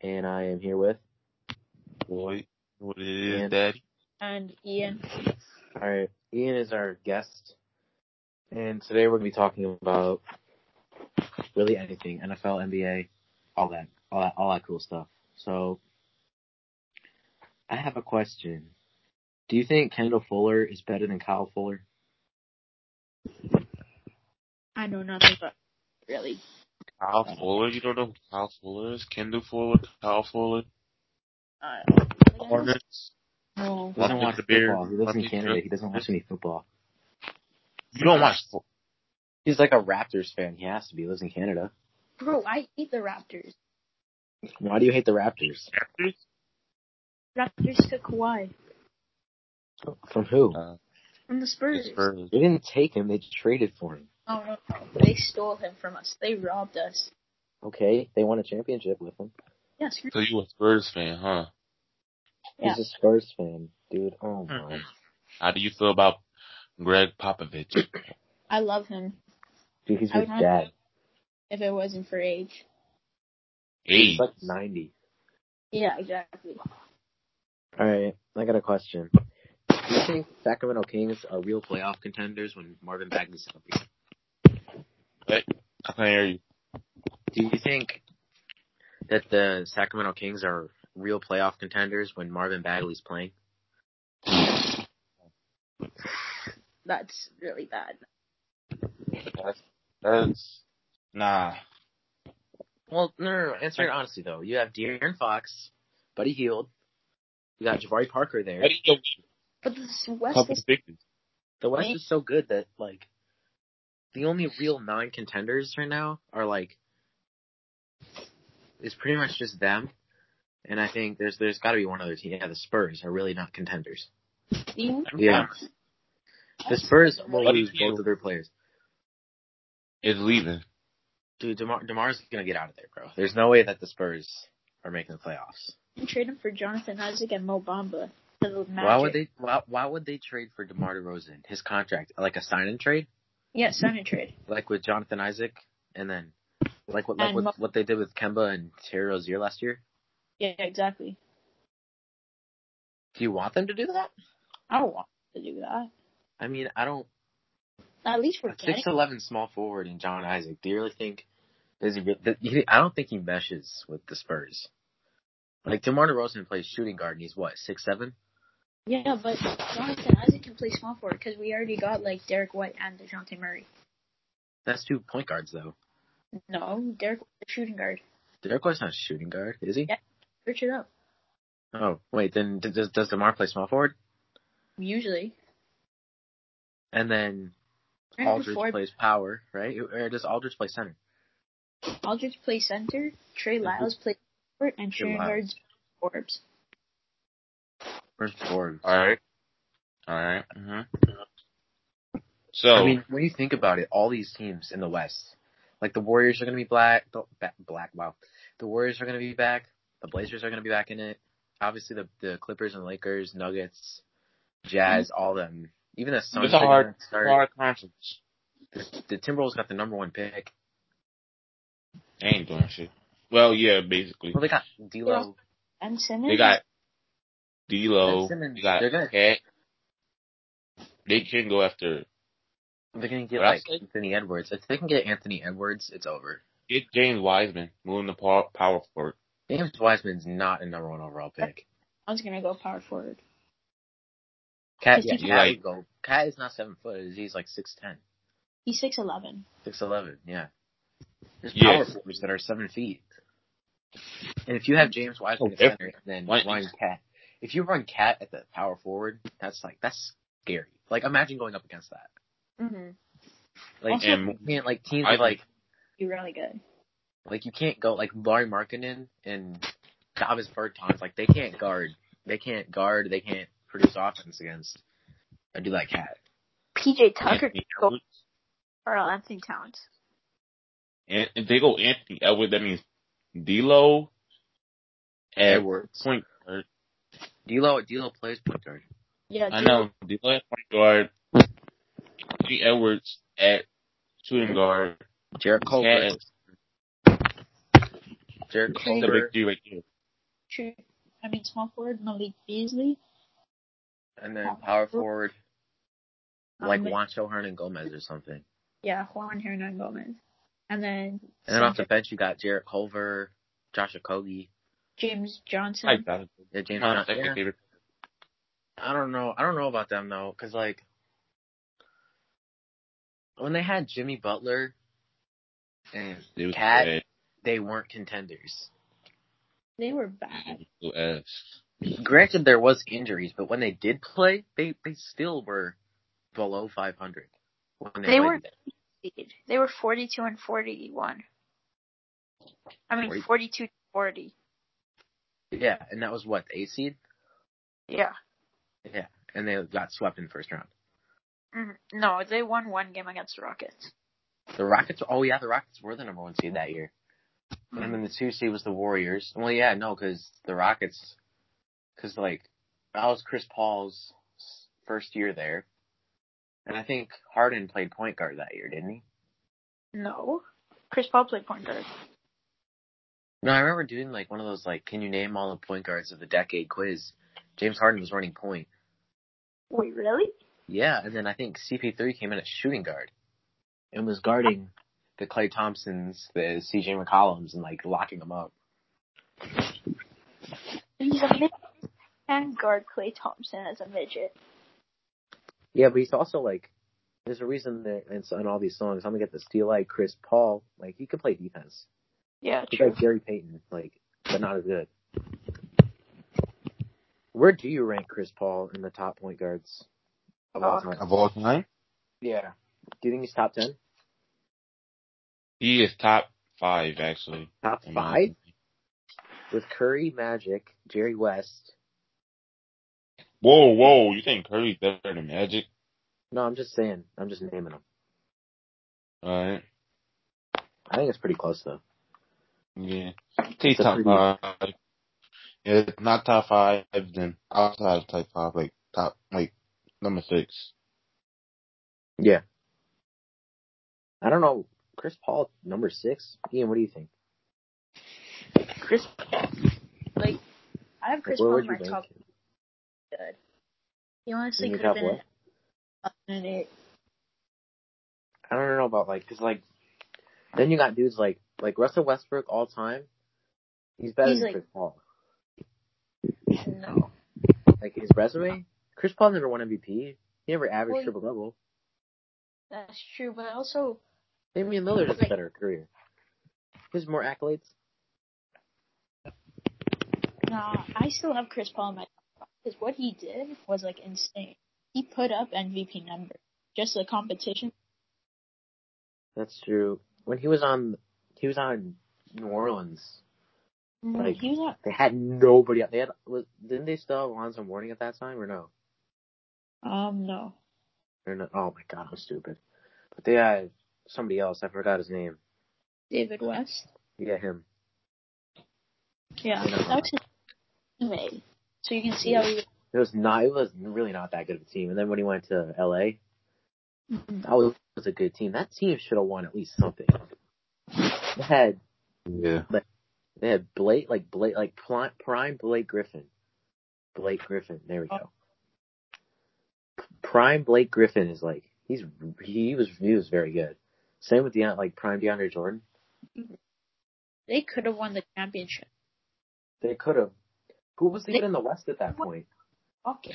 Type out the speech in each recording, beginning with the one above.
and I am here with. Boy, what it is, And- Daddy? And Ian. All right, Ian is our guest, and today we're going to be talking about really anything NFL, NBA, all that, all that, all that cool stuff. So, I have a question. Do you think Kendall Fuller is better than Kyle Fuller? I know nothing but really. Kyle Fuller? You don't know who Kyle Fuller is? Kendall Fuller? Kyle Fuller? Uh, Hornets? no. He doesn't Locked watch the beard. football. He lives in Locked the Canada. beard. He doesn't watch any football. You don't watch football. He's like a Raptors fan. He has to be. He lives in Canada. Bro, I hate the Raptors. Why do you hate the Raptors? Raptors? Raptors took Kawhi From who? Uh, from the Spurs. it's Spurs. They didn't take him. They traded for him. Oh no, no, they stole him from us. They robbed us. Okay, they won a championship with him. Yeah, screw So you a Spurs fan, huh? Yeah. He's a Spurs fan, dude. Oh my. How do you feel about Greg Popovich? I love him. Dude, he's I with would not dad. if it wasn't for age. Eight. He's like 90. Yeah, exactly. Alright, I got a question. Do you think Sacramento Kings are real playoff contenders when Marvin Bagley's healthy? I can hear you. Do you think that the Sacramento Kings are real playoff contenders when Marvin Bagley's playing? That's really bad. That's, that's, nah. Well, no, no, no. Answer it honestly, though. You have De'Aaron Fox, Buddy Heald. You got Jabari Parker there. How do you But this West Couple is victories. The West Right? is so good that like the only real non contenders right now are like it's pretty much just them. And I think there's there's gotta be one other team. Yeah, the Spurs are really not contenders. team. Yeah. The Spurs will What do lose you- both of their players. Is leaving. Dude, DeMar DeMar's gonna get out of there, bro. There's no way that the Spurs are making the playoffs. You trade him for Jonathan Isaac and Mo Bamba. To the Magic. Why would they why, why would they trade for DeMar DeRozan? His contract, like a sign and trade? Yeah, sign and trade. like with Jonathan Isaac, and then like what like And what, Mo- what they did with Kemba and Terry Rozier last year. Yeah, exactly. Do you want them to do that? I don't want to do that. I mean, I don't. At least we're a Six getting. eleven small forward and John Isaac. Do you really think? Does he? re- that- he- I don't think he meshes with the Spurs. Like DeMar DeRozan plays shooting guard, and he's what six seven. Yeah, but Jonathan Isaac can play small forward because we already got like Derek White and Dejounte Murray. That's two point guards though. No, Derek White's a shooting guard. Derek White's not a shooting guard, is he? Yeah. Search it up. Oh wait, then d- does does DeMar play small forward? Usually. And then And Aldridge before- plays power, right? Or does Aldridge play center? Aldridge plays center. Trey Lyles plays forward, and Trey shooting Lyles. guards Forbes. Where's Forbes? Alright. Alright. Mm-hmm. So, I mean, when you think about it, all these teams in the West, like the Warriors are going to be black, the- ba- black. Wow, the Warriors are going to be back. The Blazers are going to be back in it. Obviously, the the Clippers and Lakers, Nuggets, Jazz, all them. Even the Suns Mm-hmm. It's a are hard- gonna start. hard conference. The, the Timberwolves got the number one pick. They ain't doing shit. Well, yeah, basically. Well, they got D'Lo. And Simmons. They got Ben D'Lo. Simmons, They got they're good. Cat. They can go after They're going to get What I like say? Anthony Edwards. If they can get Anthony Edwards, it's over. get James Wiseman moving the power, power forward. James Wiseman's not a number one overall pick. I was gonna go power forward. Cat, Is yeah, he- Cat Right. would go. Cat is not seven foot. is he? He's like six ten. He's six eleven. Six eleven, yeah. There's Yeah. power forwards that are seven feet. And if you have James Wiseman Oh, at center, then Why- run Cat. If you run Cat at the power forward, that's like that's scary. Like imagine going up against that. Mm-hmm. Like Also- and you can't like teams are I- like He's really good. like you can't go like Larry Markkinen and Davis Bertans like they can't guard. They can't guard. They can't produce offense against. I do like Cat. PJ Tucker, Anthony go Edwards. Carl Anthony Towns. And if they go Anthony Edwards, that means D'Lo at Edwards. point guard. D'Lo D'Lo plays point guard. Yeah, I Jalen- know D'Lo at point guard. Anthony Edwards at shooting guard. Jared Cole. Cat at Derek That's the Culver, big three right there. True. I mean, small forward Malik Beasley. and then power forward like Um, Juancho Hernan Gomez or something. Yeah, Juan Hernan Gomez. And then And then off the center, bench you got Derek Culver, Josh Okogie, James Johnson. I got it. yeah, James. My Johnson. second Yeah. favorite. I don't know. I don't know about them though, because like when they had Jimmy Butler, and It was Cat. bad. they weren't contenders. They were bad. Who asked? Granted, there was injuries, but when they did play, they they still were below 500. When they They played. were- They were 42 and 41. I mean, Forty- 42 to 40. Yeah, and that was what the eight seed, Yeah. and they got swept in first round. Mhm. No, they won one game against the Rockets. The Rockets. Oh yeah, the Rockets were the number one seed that year, and then the two seed was the Warriors. Well, yeah, no, because the Rockets, because like that was Chris Paul's first year there, and I think Harden played point guard that year, didn't he? No. Chris Paul played point guard. No, I remember doing like one of those like, can you name all the point guards of the decade quiz? James Harden was running point. Wait, really? Yeah, and then I think CP3 came in as shooting guard and was guarding the Clay Thompsons, the CJ McCollums, and like locking them up. He's a midget. And guard Clay Thompson as a midget. Yeah, but he's also like, there's a reason that it's on all these songs. I'm gonna get the steel like Chris Paul. Like he could play defense. Yeah, He's true. like Gary Payton, like, but not as good. Where do you rank Chris Paul in the top point guards of all Uh, time? Of all time, Yeah. Do you think he's top ten? he is top five actually. Top in my five opinion. with Curry, Magic, Jerry West. Whoa, whoa! You think Curry's better than Magic? No, I'm just saying. I'm just naming them. All right. I think it's pretty close though. Yeah. Say It's a top pretty- five. Yeah, if not top five, then outside of top five, like top, like number six. Yeah. I don't know. Chris Paul, number six. Ian, what do you think? Chris Paul. Like, I have Chris Where Paul would in my you top rank him? good. He honestly In your could have top been what? up in it. I don't know about like, cause like, then you got dudes like like Russell Westbrook all time. He's better He's than like- Chris Paul. No. Like his resume, Chris Paul never won MVP. He never averaged Well, triple double. That's true, but also Damian Lillard has a like- better career. He has more accolades. Nah, I still have Chris Paul in my top because what he did was like insane. He put up MVP numbers, just the competition. That's true. When he was on, he was on New Orleans. Like- he was not. They had nobody. They had was, didn't they still have Alonzo Mourning at that time or no? Um, no. Or no? Oh my god, I'm stupid. But they had somebody else. I forgot his name. David West. Yeah, him. Yeah, Yeah. that was his teammate. So you can see how he. Was, It was not. It was really not that good of a team. And then when he went to L.A., that was, was a good team. That team should have won at least something. They had Yeah. they had Blake like Blake like pli- prime Blake Griffin. Blake Griffin. There we go. Prime Blake Griffin is like he's he was he was very good. Same with Deon, like prime DeAndre Jordan. they could have won the championship. They could have. Who was They- even in the West at that point? Okay.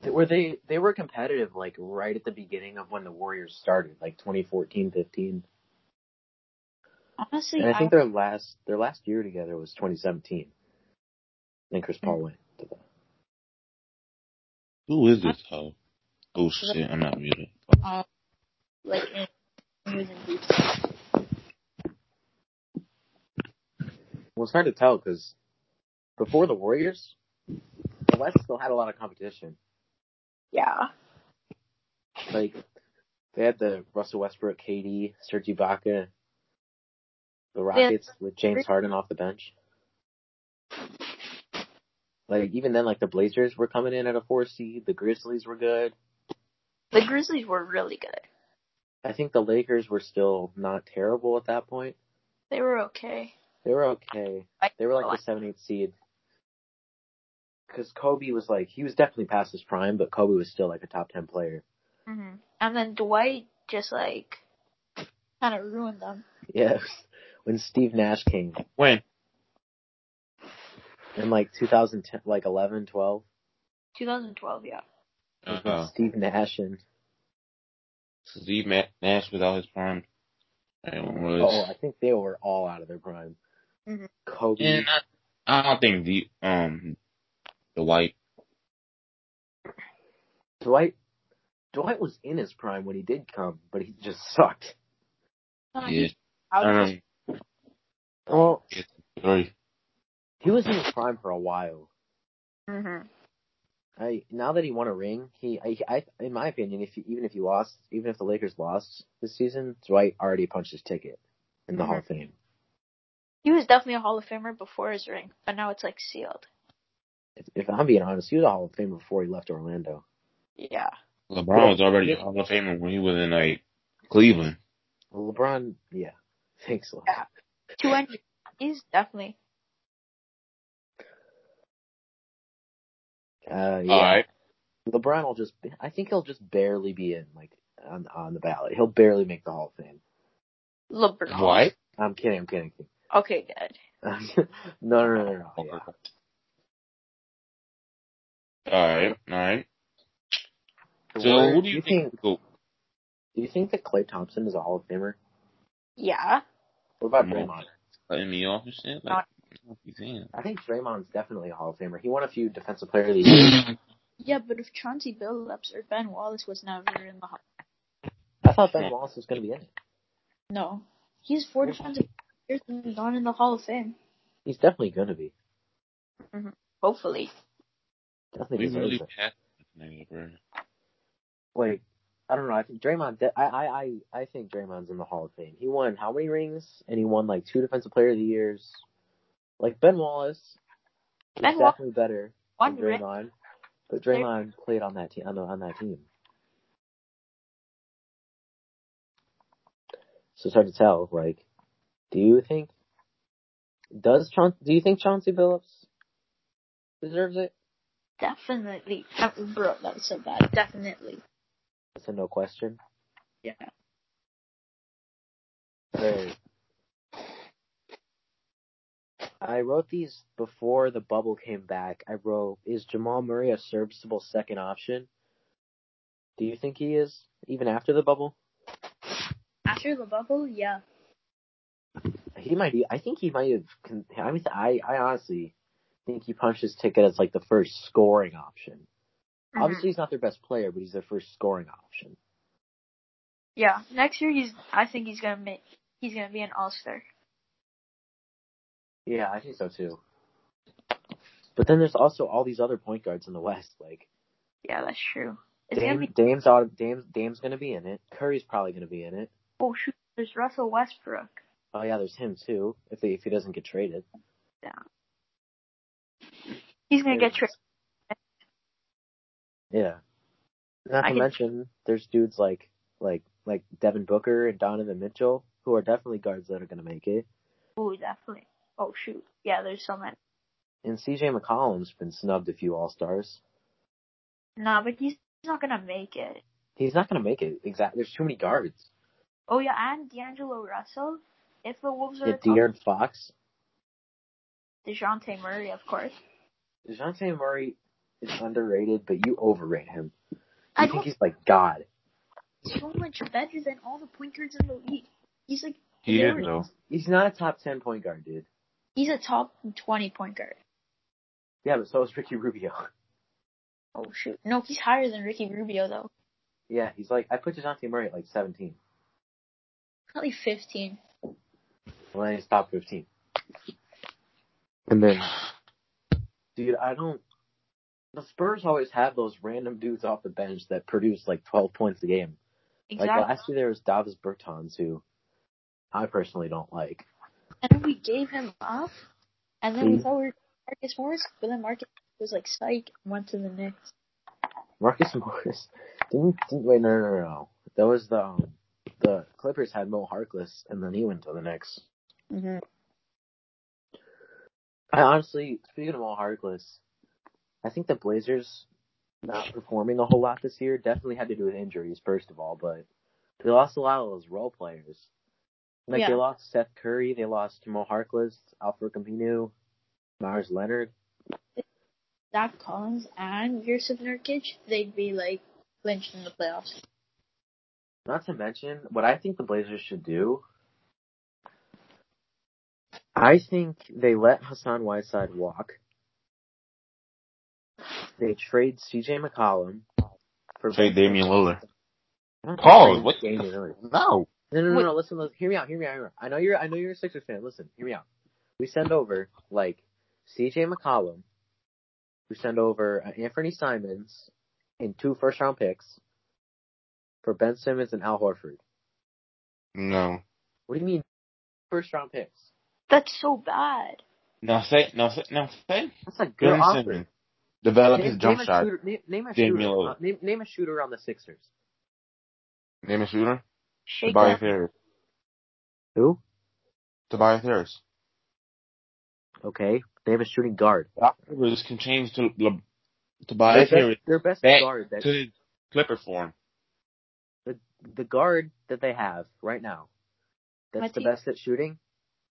They- Were they they were competitive like right at the beginning of when the Warriors started, like 2014, 15. Honestly, And I think I, their last their last year together was 2017. Then Chris Paul went to the Who is this hoe? Oh shit! I'm not muted. uh, like in, he was in Well, it's hard to tell because before the Warriors, the West still had a lot of competition. Yeah. Like they had the Russell Westbrook, KD, Serge Ibaka, the Rockets with James Harden off the bench. Like even then, like the Blazers were coming in at a four seed. The Grizzlies were good. The Grizzlies were really good. I think the Lakers were still not terrible at that point. They were okay. They were okay. They were like the seven eight seed. Because Kobe was like he was definitely past his prime, but Kobe was still like a top ten player. Mm-hmm. hmm And then Dwight just like Kind of ruined them. Yeah. When Steve Nash came When? in like 2010, like 11, 12, 2012, yeah. it was Uh, when Steve Nash and Steve Ma- Nash without his prime. That one oh, was. I think they were all out of their prime. Mm-hmm. Mhm. Kobe, And I, I don't think the um the white. Dwight, Dwight was in his prime when he did come, but he just sucked. Uh, Yeah. he- Um. Well, Three. he was in his prime for a while. Mm-hmm. I now that he won a ring, he I, I in my opinion, if you, even if you lost, even if the Lakers lost this season, Dwight already punched his ticket in the Hall of Fame. He was definitely a Hall of Famer before his ring, but now it's like sealed. If, if I'm being honest, he was a Hall of Famer before he left Orlando. Yeah. LeBron was already a Hall of Famer when he was in like Cleveland. LeBron, yeah, thanks a lot. Yeah. Two entries. He's definitely. Uh, yeah. All right. LeBron will just, I think he'll just barely be in like on on the ballot. He'll barely make the Hall of Fame. LeBron. What? I'm kidding. I'm kidding. Okay, good. no, no, no, no, no. Yeah. All right. All right. So Where- who do you think? oh, Do you think that Clay Thompson is a Hall of Famer? Yeah. What about No. Draymond? Letting me off and shit. Like, what you saying? I think Draymond's definitely a Hall of Famer. He won a few Defensive Player of the Year. yeah, but if Chauncey Billups or Ben Wallace was never in the Hall, I thought Ben Wallace was going to be in it. no, he's four defensive players and not in the Hall of Fame. He's definitely going to be. Hopefully. Definitely We deserves really it. have this nigga, bro. Like, I don't know. I think Draymond. De- I, I, I, I think Draymond's in the Hall of Fame. He won how many rings? And he won like two Defensive Player of the Years. Like Ben Wallace, is Ben Wallace definitely better One than ring. Draymond. But Draymond played on that team. On, the, on that team, so it's hard to tell. Like, do you think does Chaun- do you think Chauncey Billups deserves it? Definitely. Uh, Bro, that was so bad. Definitely. That's a no question. Yeah. Alright. I wrote these before the bubble came back. I wrote, "Is Jamal Murray a serviceable second option?" Do you think he is even after the bubble? After the bubble, yeah. He might. Be, I think he might have. con- I mean, I, I honestly think he punched his ticket as like the first scoring option. Mm-hmm. Mhm. Obviously, he's not their best player, but he's their first scoring option. Mm-hmm. Yeah. Next year, he's. I think he's gonna make. He's gonna be an All Star. Yeah, I think so too. But then there's also all these other point guards in the West. Like Yeah, that's true. It's gonna Dame, be. Dame's out. of- Dame, Dame's gonna be in it. Curry's probably gonna be in it. Oh shoot! There's Russell Westbrook. Oh yeah, there's him too. If they, if he doesn't get traded, He's gonna get There's- traded. Yeah. Not I to can- mention, there's dudes like like like Devin Booker and Donovan Mitchell who are definitely guards that are gonna make it. Oh, definitely. Oh shoot! Yeah, there's so many. And CJ McCollum's been snubbed a few All Stars. Nah, but he's not gonna make it. He's not going to make it. Exactly. There's too many guards. Oh yeah, and D'Angelo Russell. If the Wolves are Yeah, a top- De'Aaron Fox, Dejounte Murray, of course. Dejounte Murray is underrated, but you overrate him. You I think don't he's like God. so much better than all the point guards in the league. He's like He is hilarious. though. He's not a top ten point guard, dude. He's a top twenty point guard. Yeah, but so is Ricky Rubio. Oh shoot. No, he's higher than Ricky Rubio though. yeah, he's like I put Dejounte Murray at like 17. Probably fifteen. Well, then he's top 15. And then, dude, I don't. The Spurs always have those random dudes off the bench that produce like 12 points a game. Exactly. Like last year, there was Davis Bertans, who I personally don't like. And then we gave him up and then we Mhm. thought we were Marcus Morris, but then Marcus was like psych and went to the Knicks. Marcus Morris didn't, didn't wait. No, no, no, no. That was the um, the Clippers had Mo Harkless, and then he went to the Knicks. hmm I honestly, speaking of all heartless, I think the Blazers not performing a whole lot this year definitely had to do with injuries, first of all, but they lost a lot of those role players. Like they Yeah. lost Seth Curry, they lost Jamal Harkless, Alfred Campino, Myers Leonard. Zach Collins and Yusuf Nurkic, they'd be like clinched in the playoffs. Not to mention what I think the Blazers should do. I think they let Hassan Whiteside walk. They trade CJ McCollum for Trade Damian Lillard. I don't think Paul, trade what the Damian Lillard. No. No, no, no, Wait. no. Listen, listen. Hear me out. Hear me out. Hear me out. I know you're. I know you're a Sixers fan. Listen, hear me out. We send over like C.J. McCollum. We send over uh, Anthony Simons and two first round picks for Ben Simmons and Al Horford. No. What do you mean first round picks? That's so bad. No, say, no, say, no, say. That's a good Ben offer. Simmons. Develop Name- his jump name a shot. Shooter, name, name a Damian shooter. Lillard. uh, name, name a shooter on the Sixers. Name a shooter? Shake Tobias that. Harris. Who? Tobias Harris. Okay. Name a shooting guard. Rivers can change to Le- Their Tobias Harris best, their best Back guard that to Clipper form. the guard that they have right now that's the Matisse. best at shooting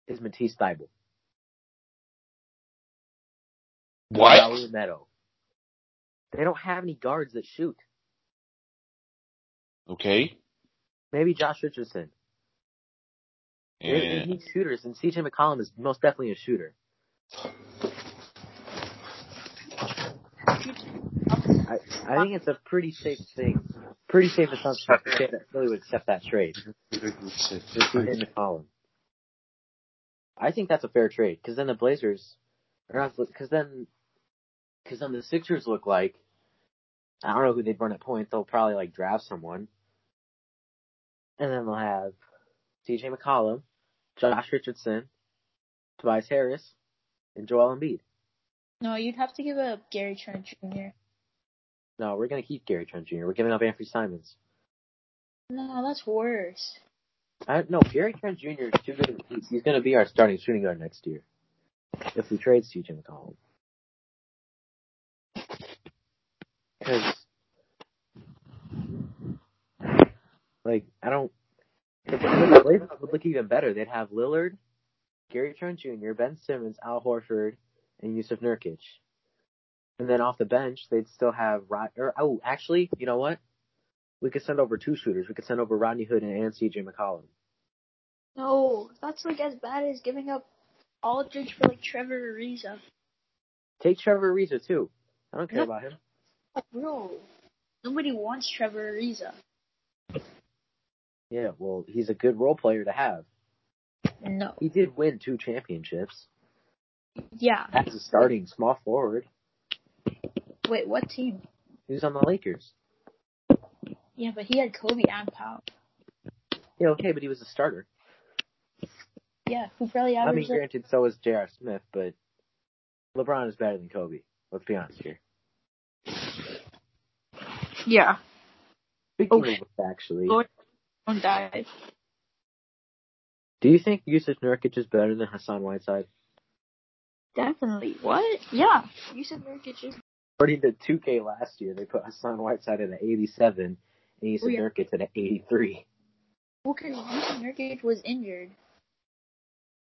is Matisse Thybulle. Raul Neto. They don't have any guards that shoot. Okay. Maybe Josh Richardson. They, they And need shooters, and CJ McCollum is most definitely a shooter. I, I think it's a pretty safe thing, pretty safe assumption to say that Philly would accept that trade for CJ McCollum. I think that's a fair trade because then the Blazers, or not, because then, because then the Sixers look like, I don't know who they'd run at point. They'll probably like draft someone, and then they'll have C.J. McCollum, Josh Richardson, Tobias Harris, and Joel Embiid. No, you'd have to give up Gary Trent Jr. No, we're gonna keep Gary Trent Jr. We're giving up Anthony Simons. No, that's worse. I no, Gary Trent Jr. is too good. of a piece. He's gonna be our starting shooting guard next year if we trade C.J. McCollum. Because, like, I don't. If the Blazers would look even better, they'd have Lillard, Gary Trent Jr., Ben Simmons, Al Horford, and Yusuf Nurkic. And then off the bench, they'd still have Rod. Or oh, actually, you know what? We could send over two shooters. We could send over Rodney Hood and, and C.J. McCollum. No, that's like as bad as giving up Aldridge for like Trevor Ariza. Take Trevor Ariza too. I don't care No. about him. Oh, bro, nobody wants Trevor Ariza. Yeah, well, he's a good role player to have. No. He did win two championships Yeah. as a starting small forward. Wait, what team? He was on the Lakers. Yeah, but he had Kobe and Powell. Yeah, okay, but he was a starter. Yeah, who probably I mean, averaged like, granted, so was J.R. Smith, but LeBron is better than Kobe. Let's be honest here. Yeah. Speaking Oh, of shit. which, actually, Lord. Don't die. do you think Yusuf Nurkic is better than Hassan Whiteside? Definitely. What? Yeah. You said Nurkic is. According to 2K last year, they put Hassan Whiteside at an 87 and Yusuf Oh, yeah. Nurkic at an 83. well, because Nurkic was injured.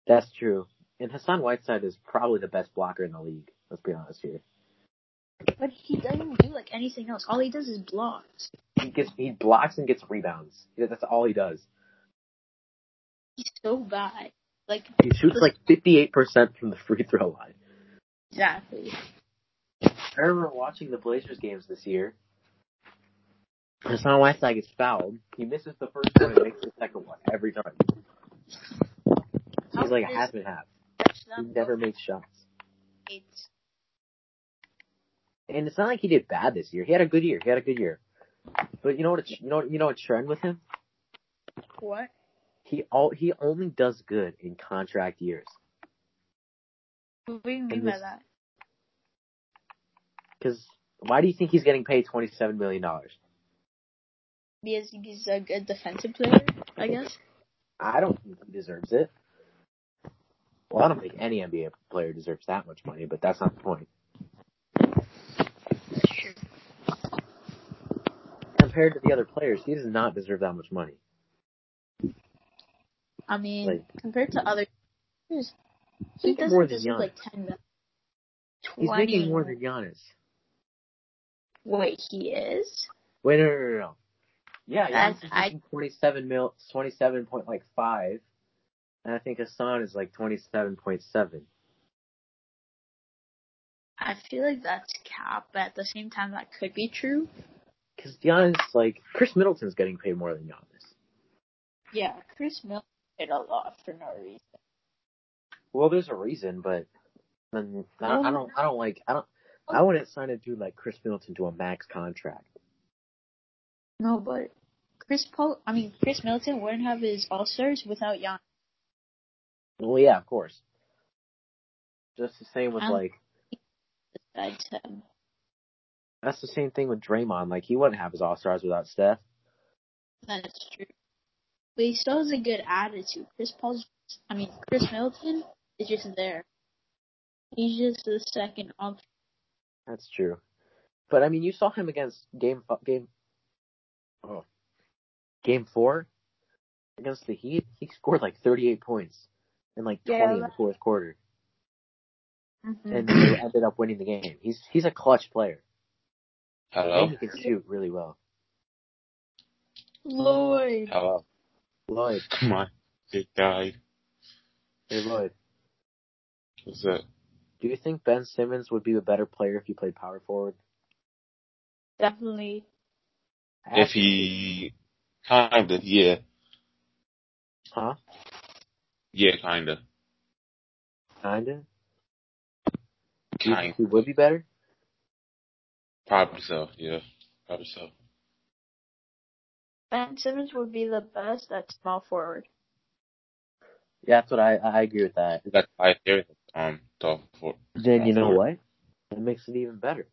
That's true. And Hassan Whiteside is probably the best blocker in the league. Let's be honest here. But he doesn't do like anything else. All he does is blocks. He gets he blocks and gets rebounds. Yeah, That's all he does. He's so bad. Like He shoots like fifty eight percent from the free throw line. exactly. I remember watching the Blazers games this year. Hassan Whiteside gets fouled. He misses the first one and makes the second one every time. He's like a half and half. He never makes shots. And it's not like he did bad this year. He had a good year. He had a good year. But you know what? It's, you know what- you know a trend with him. What? He all he only does good in contract years. What do you mean And by this- that? Because why do you think he's getting paid twenty seven million dollars? Because he's a good defensive player, I guess. I don't think he deserves it. Well, I don't think any NBA player deserves that much money, but that's not the point. Sure. Compared to the other players, he does not deserve that much money. I mean, Like- compared to other, players, he He's does more than deserve Giannis. like ten million. He's 20. making more than Giannis. Wait, he is? Wait, no, no, no, no. Yeah, Giannis That's- is I- making twenty-seven mil, twenty-seven point like five, and I think Hassan is like twenty-seven point seven. I feel like that's cap, but at the same time, that could be true. Because Giannis, like Chris Middleton's getting paid more than Giannis. Yeah, Chris Mill did a lot for no reason. Well, there's a reason, but um, I, don't, I don't, I don't like, I don't, I wouldn't sign a dude like Chris Middleton to a max contract. No, but Chris Paul. I mean, Chris Middleton wouldn't have his All Stars without Giannis. Well, yeah, of course. Just the same with Um, like besides him. that's the same thing with Draymond. Like he wouldn't have his All Stars without Steph. That's true. But he still has a good attitude. Chris Paul's. I mean, Chris Middleton is just there. He's just the second option. That's true. But I mean, you saw him against game f- game. Oh, game four against the Heat. He scored like 38 points and like 20 Yeah, in the that- fourth quarter, Mm-hmm. Mhm. and they ended up winning the game. He's he's a clutch player. Hello? And he can shoot really well. Lloyd. Hello? Lloyd, Come on. Big guy. hey Lloyd, What's up? do you think Ben Simmons would be a better player if he played power forward? Definitely. If he kinda, yeah. huh? Yeah, kinda. Kinda. Do you think Kind he would be better? probably so, yeah. Probably so. Ben Simmons would be the best at small forward. Yeah, that's what I I agree with that. That's why they're um talk for Then you know Sure. what? It makes it even better.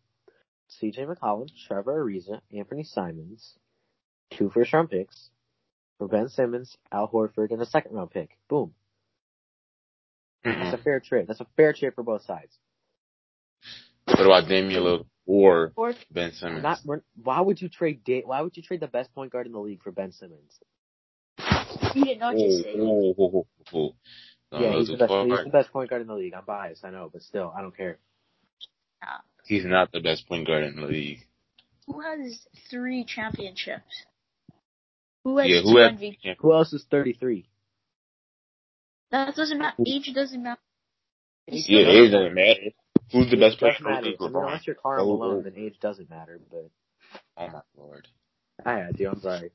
CJ McCollum, Trevor Ariza, Anthony Simons, two first round picks for Ben Simmons, Al Horford, and a second round pick. Boom. That's a Mhm. fair trade. That's a fair trade for both sides. What about Damian Lillard or Or Ben We're Simmons? not, we're, why would you trade Da- why would you trade the best point guard in the league for Ben Simmons? You did not just say. that. Oh, oh, oh, oh, oh. Don't yeah, go he's too the, best, far. he's the best point guard in the league. I'm biased, I know, but still, I don't care. He's not the best point guard in the league. Who has three championships? Who has Yeah, two who has- MVP? Who else is 33? That doesn't matter. Age doesn't matter. He's Yeah, still- it doesn't matter. Who's the Age does best player in the matter. league? I mean, LeBron. unless you're Carl Oh, Malone, oh. then age doesn't matter. But Oh my lord. I do. I'm sorry.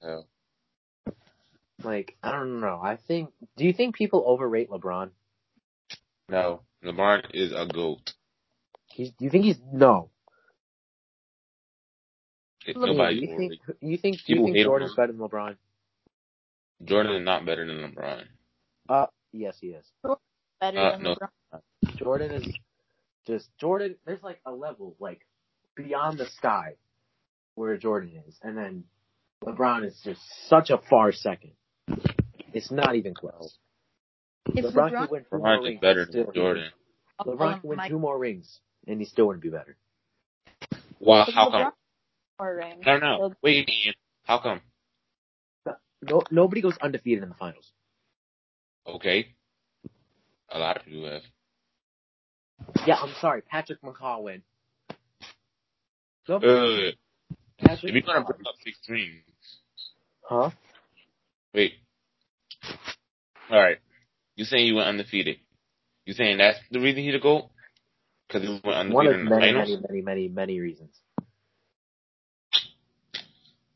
Hell. Like, I don't know. I think. Do you think people overrate LeBron? No, LeBron is a goat. He's. Do you think he's no? If Look, nobody you think? overrates- You think? Do you People think hate Jordan's LeBron. better than LeBron? Jordan is not better than LeBron. Uh, yes, he is. better Uh, than no. LeBron. Jordan is just Jordan. There's like a level like beyond the sky where Jordan is, and then LeBron is just such a far second. It's not even close. If LeBron, LeBron, um, could win two more LeBron rings. is better still- than Jordan. LeBron could Oh win my- two more rings, and he still wouldn't be better. Well, if Uh, how LeBron come? or um, Ring, No, no. Wait, Ian. How come? No, nobody goes undefeated in the finals. Okay. A lot of people have. Yeah, I'm sorry. Patrick McCall win. No, Ugh. If Patrick you're gonna McCaw. bring up six rings, Huh? wait. All right. You saying you went undefeated? You saying that's the reason he the goat? Because he went One undefeated of in the many, finals. many, many, many, many reasons.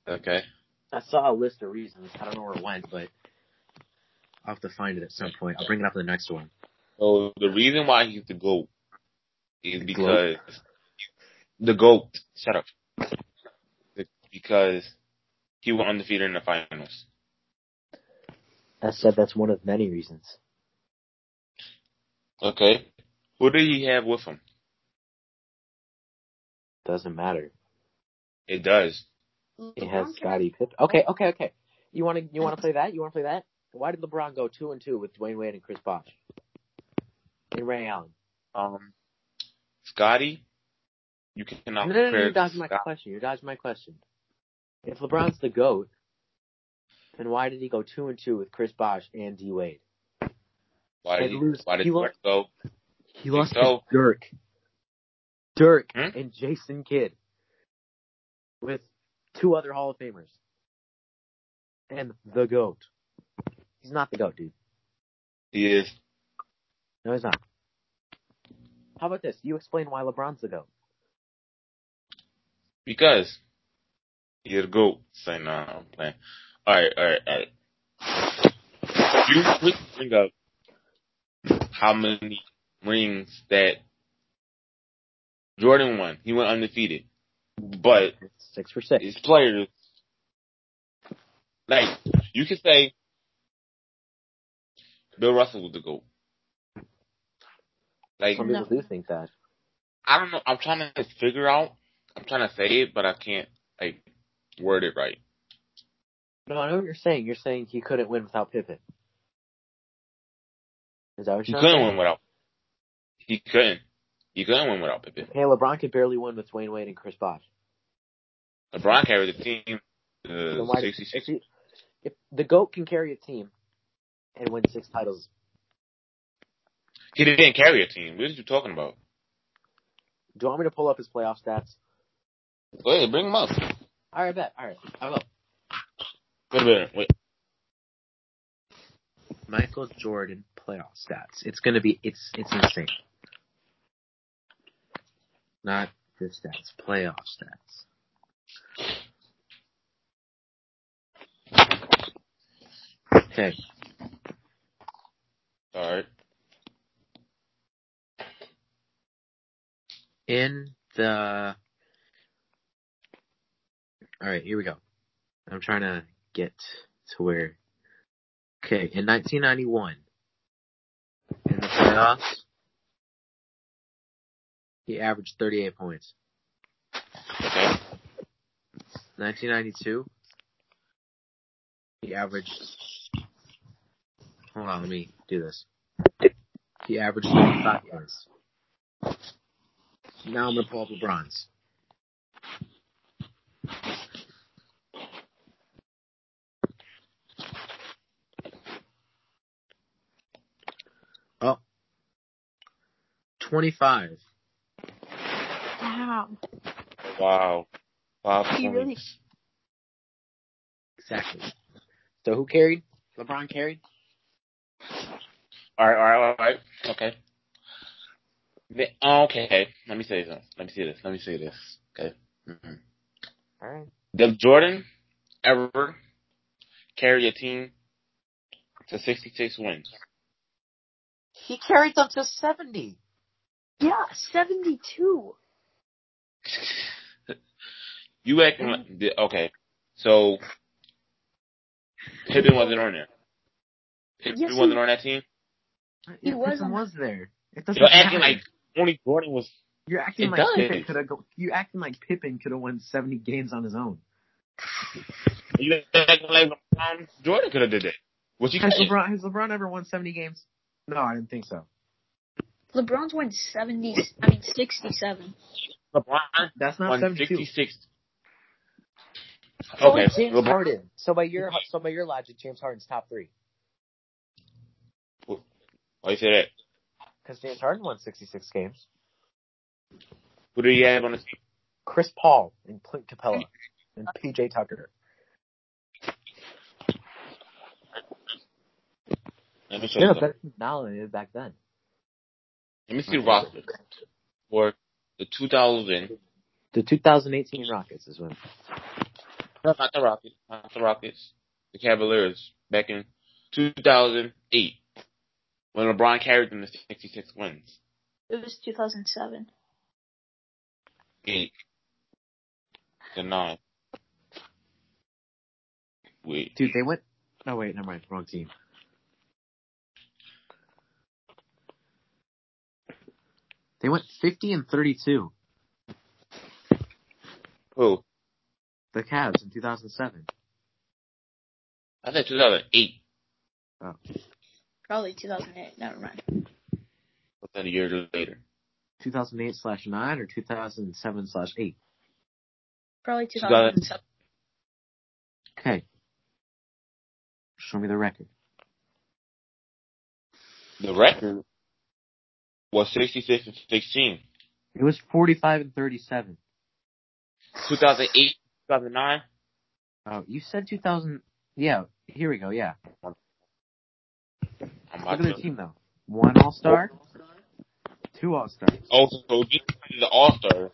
Okay. I saw a list of reasons. I don't know where it went, but I'll have to find it at some point. I'll bring it up in the next one. So the reason why he's the GOAT is The because the GOAT shut up. Be- Because he went undefeated in the finals. I said that's one of many reasons. Okay. Who did he have with him? Doesn't matter. It does. It LeBron has can- Scottie Pippen. Okay, okay, okay. You want to you want to play that? You want to play that? Why did LeBron go two and two with Dwayne Wade and Chris Bosh? and Ray Allen. Um, Scotty, you No, cannot no, no, compare you dodged my Scott- question. You dodged my question. If LeBron's the GOAT, then why did he go two and two with Chris Bosh and D Wade? Why and did he, lose. why did He he lost- go? He lost lost to So- to Dirk. Dirk Hmm? and Jason Kidd. With two other Hall of Famers. And the GOAT. He's not the GOAT, dude. He is No, he's not. How about this? You explain why LeBron's the GOAT. because he is go. Say no, I'm playing. All right, all right, all right. You quick bring up how many rings that Jordan won. He went undefeated, but It's six for six. It's players. Like you could say Bill Russell was the GOAT. Like Some No. people do think that. I don't know. I'm trying to figure out. I'm trying to say it, but I can't like word it right. No, I know what you're saying. You're saying he couldn't win without Pippen. Is that what He you're couldn't saying? win without. He couldn't. He couldn't win without Pippen. Hey, LeBron could barely win with Dwayne Wade and Chris Bosh. LeBron carried the team to Then why- 66. if, he- if the goat can carry a team and win six titles, He didn't carry a team. What are you talking about? do you want me to pull up his playoff stats? Go ahead, bring him up. Wait All right, bet. All right, I will. a minute. Wait. Michael Jordan playoff stats. It's gonna be. It's it's insane. Not just stats. Playoff stats. Okay. All right. in the all right here we go i'm trying to get to where okay in 1991 in the playoffs he averaged 38 points Okay. 1992 he averaged hold on let me do this he averaged 35 points now i'm going to pull up lebron's Oh. 25. Damn. Wow. Five He points. really- Exactly. So who carried? LeBron carried? All right, all right, all right. Okay. The- Okay. Let me say this. Let me say this. Let me say this. Okay. Mhm. Alright. Does Jordan ever carry a team to 66 wins? He carried them to 70. Yeah, 72. You acting Mm-hmm. like, the- okay. So Pippen wasn't on there. Pippen Yes, he- wasn't on that team. Yeah, Pippen wasn't. was there. It doesn't You're acting matter. like only Jordan was. you're it acting like does. Pippen could have you acting like Pippen could have won 70 games on his own. You acting like um, Jordan could have did that. What you Has LeBron has LeBron ever won 70 games? No, I didn't think so. LeBron's won seventy. I mean sixty-seven. LeBron That's not won 72. 66. So Okay. is James LeBron- Harden. So by your so by your logic, James Harden's top three Why you say that? because James Harden won 66 games. Who do you have on the team? Chris Paul and Clint Capella and PJ Tucker. Let me show Yeah, you. better now than it is back then. Let me see the roster for the 2000. The 2018 Rockets is when. Not the Rockets. Not the Rockets. The Cavaliers back in 2008 when LeBron carried them to 66 wins. It was two thousand seven. Eight. The nine. Wait. Dude, they went. No, wait, never mind. Wrong team. They went 50 and 32. Who? The Cavs in 2007. I said 2008. Probably two thousand eight. Never mind. than a year later. 2008 slash 9 or 2007 slash 8? Probably got it. 2007. Okay. Show me the record. The record was 66 and 16. It was 45 and 37. 2008, 2009. Oh, you said 2000. Yeah, here we go. Yeah. I'm Look about at their to. team though. One All Star, two All Stars. Also, this is the All Star.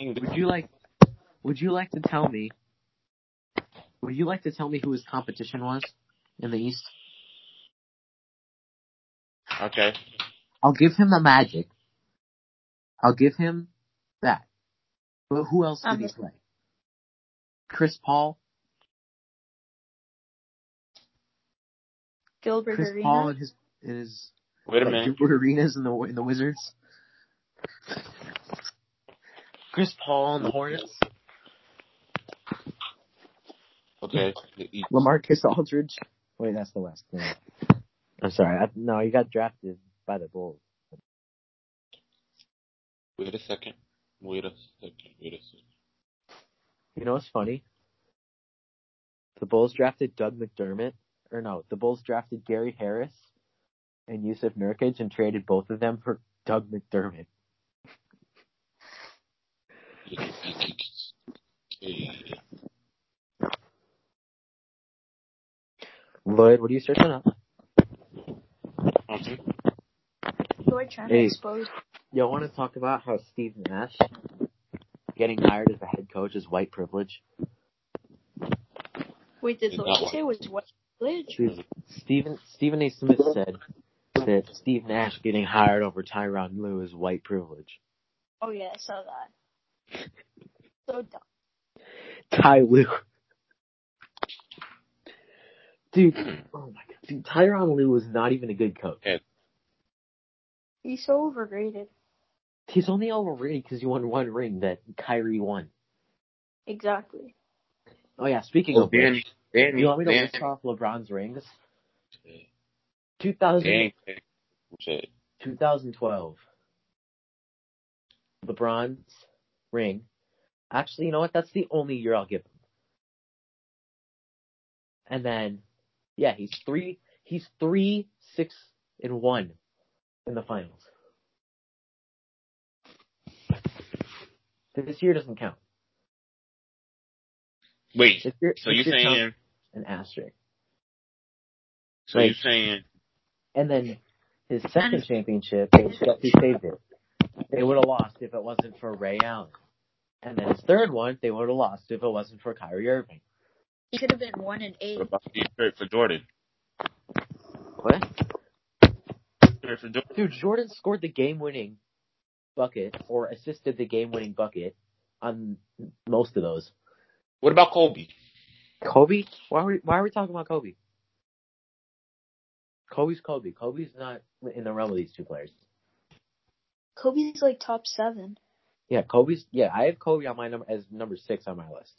Would you like? Would you like to tell me? Would you like to tell me who his competition was in the East? Okay. I'll give him the Magic. I'll give him that. But who else did Um, he play? Chris Paul, Gilbert Chris Arena. Paul and his and his Wait a minute. Gilbert Arenas in the in the Wizards. Chris Paul and the Hornets. Okay. The East. Lamarcus Aldridge. Wait, that's the West. Never mind. I'm sorry. I, no, you got drafted by the Bulls. Wait a second. Wait a second. Wait a second. You know what's funny? The Bulls drafted Doug McDermott, or no, the Bulls drafted Gary Harris and Yusuf Nurkic and traded both of them for Doug McDermott. Okay. Lloyd, what are you searching up? Okay. You're trying Hey. to expose. Y'all want to talk about how Steve Nash getting hired as a head coach is white privilege? Wait, did It's not Lloyd one. say it was what village? Steve- Stephen Stephen A. Smith said that Steve Nash getting hired over Tyronn Lue is white privilege. Oh yeah, I saw that. So dumb. Ty Lue. Dude, oh my god. Dude, Tyronn Lue was not even a good coach. He's so overrated. He's only overrated because he won one ring that Kyrie won. Exactly. Oh yeah, speaking Oh, of which, Danny. Danny. you want me to Danny. list off LeBron's rings? 2000, Danny. Shit. 2012. LeBron's ring. Actually, you know what? That's the only year I'll give him. And then, yeah, he's three. He's three, six, and one in the finals. This year doesn't count. Wait. This year, So this you're year counts saying? an asterisk. So you're saying? And then his second championship, guess who saved it? They would have lost if it wasn't for Ray Allen. And then his third one, they would have lost if it wasn't for Kyrie Irving. He could have been one and eight. What about the trade for Jordan? What? Trade for Jordan. Dude, Jordan scored the game-winning bucket or assisted the game-winning bucket on most of those. What about Kobe? Kobe? Why are we, why are we talking about Kobe? Kobe's Kobe. Kobe's not in the realm of these two players. Kobe's like top seven. Yeah, Kobe's. Yeah, I have Kobe on my number as number six on my list.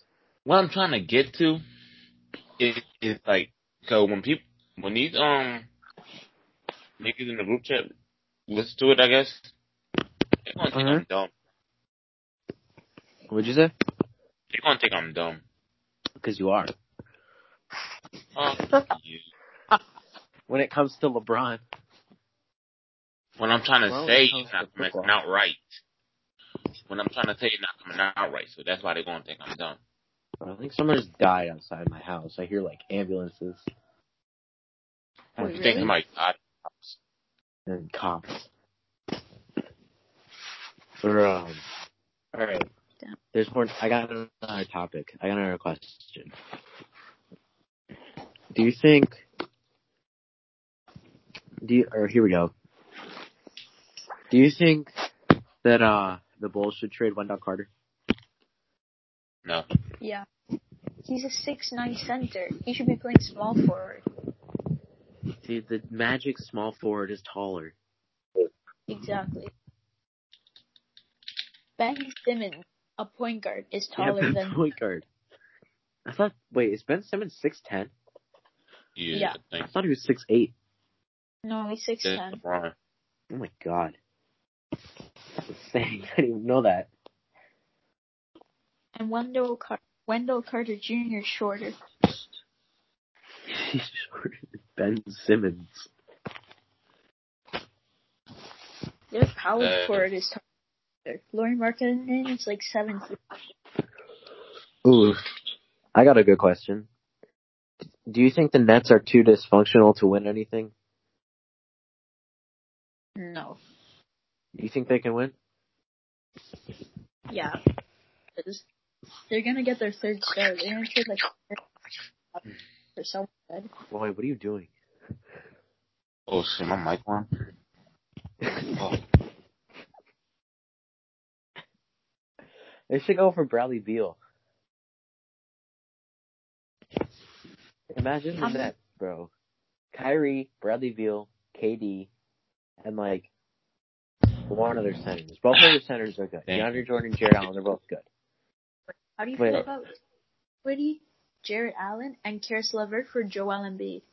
What I'm trying to get to is, is like, so when people, when these um niggas in the group chat listen to it, I guess they're gonna think Uh-huh. I'm dumb. What'd you say? They're gonna think I'm dumb. Because you are. Oh, yeah. When it comes to LeBron, When I'm trying to Well, say it comes it's not to coming football. out right. When I'm trying to say it's not coming out right, so that's why they're gonna think I'm dumb. I think someone just died outside my house. I hear like ambulances Wait, Oh, You really? think somebody died? and cops. But, um, all right. Damn. There's more. I got another topic. I got another question. Do you think? Do you, or here we go. Do you think that uh the Bulls should trade Wendell Carter? No. Yeah. He's a six nine center. He should be playing small forward. See, the Magic small forward is taller. Exactly. Ben Simmons, a point guard, is taller yeah, than point guard. I thought. Wait, is Ben Simmons six ten? Yeah. Yeah. I think I thought he was six eight. no, he's six that's ten. LeBron. Oh my god. That's insane. I didn't even know that. And Wendell Car- Wendell Carter Jr. is shorter. He's shorter than Ben Simmons. Their power Uh, forward is taller. Laurie Markkinen is like seven. feet. Ooh, I got a good question. Do you think the Nets are too dysfunctional to win anything? No. Do you think they can win? Yeah. 'Cause They're gonna get their third star. They're gonna trade like for someone good. Boy, what are you doing? Oh shit, my mic on. Oh, They should go for Bradley Beal. Imagine the Um, Nets, bro. Kyrie, Bradley Beal, KD, and like one of their centers. Both of their centers are good. Dang. DeAndre Jordan, Jared Allen, they're both good. How do you Wait. feel about Woody, Jared Allen, and Karis Levert for Joel Embiid,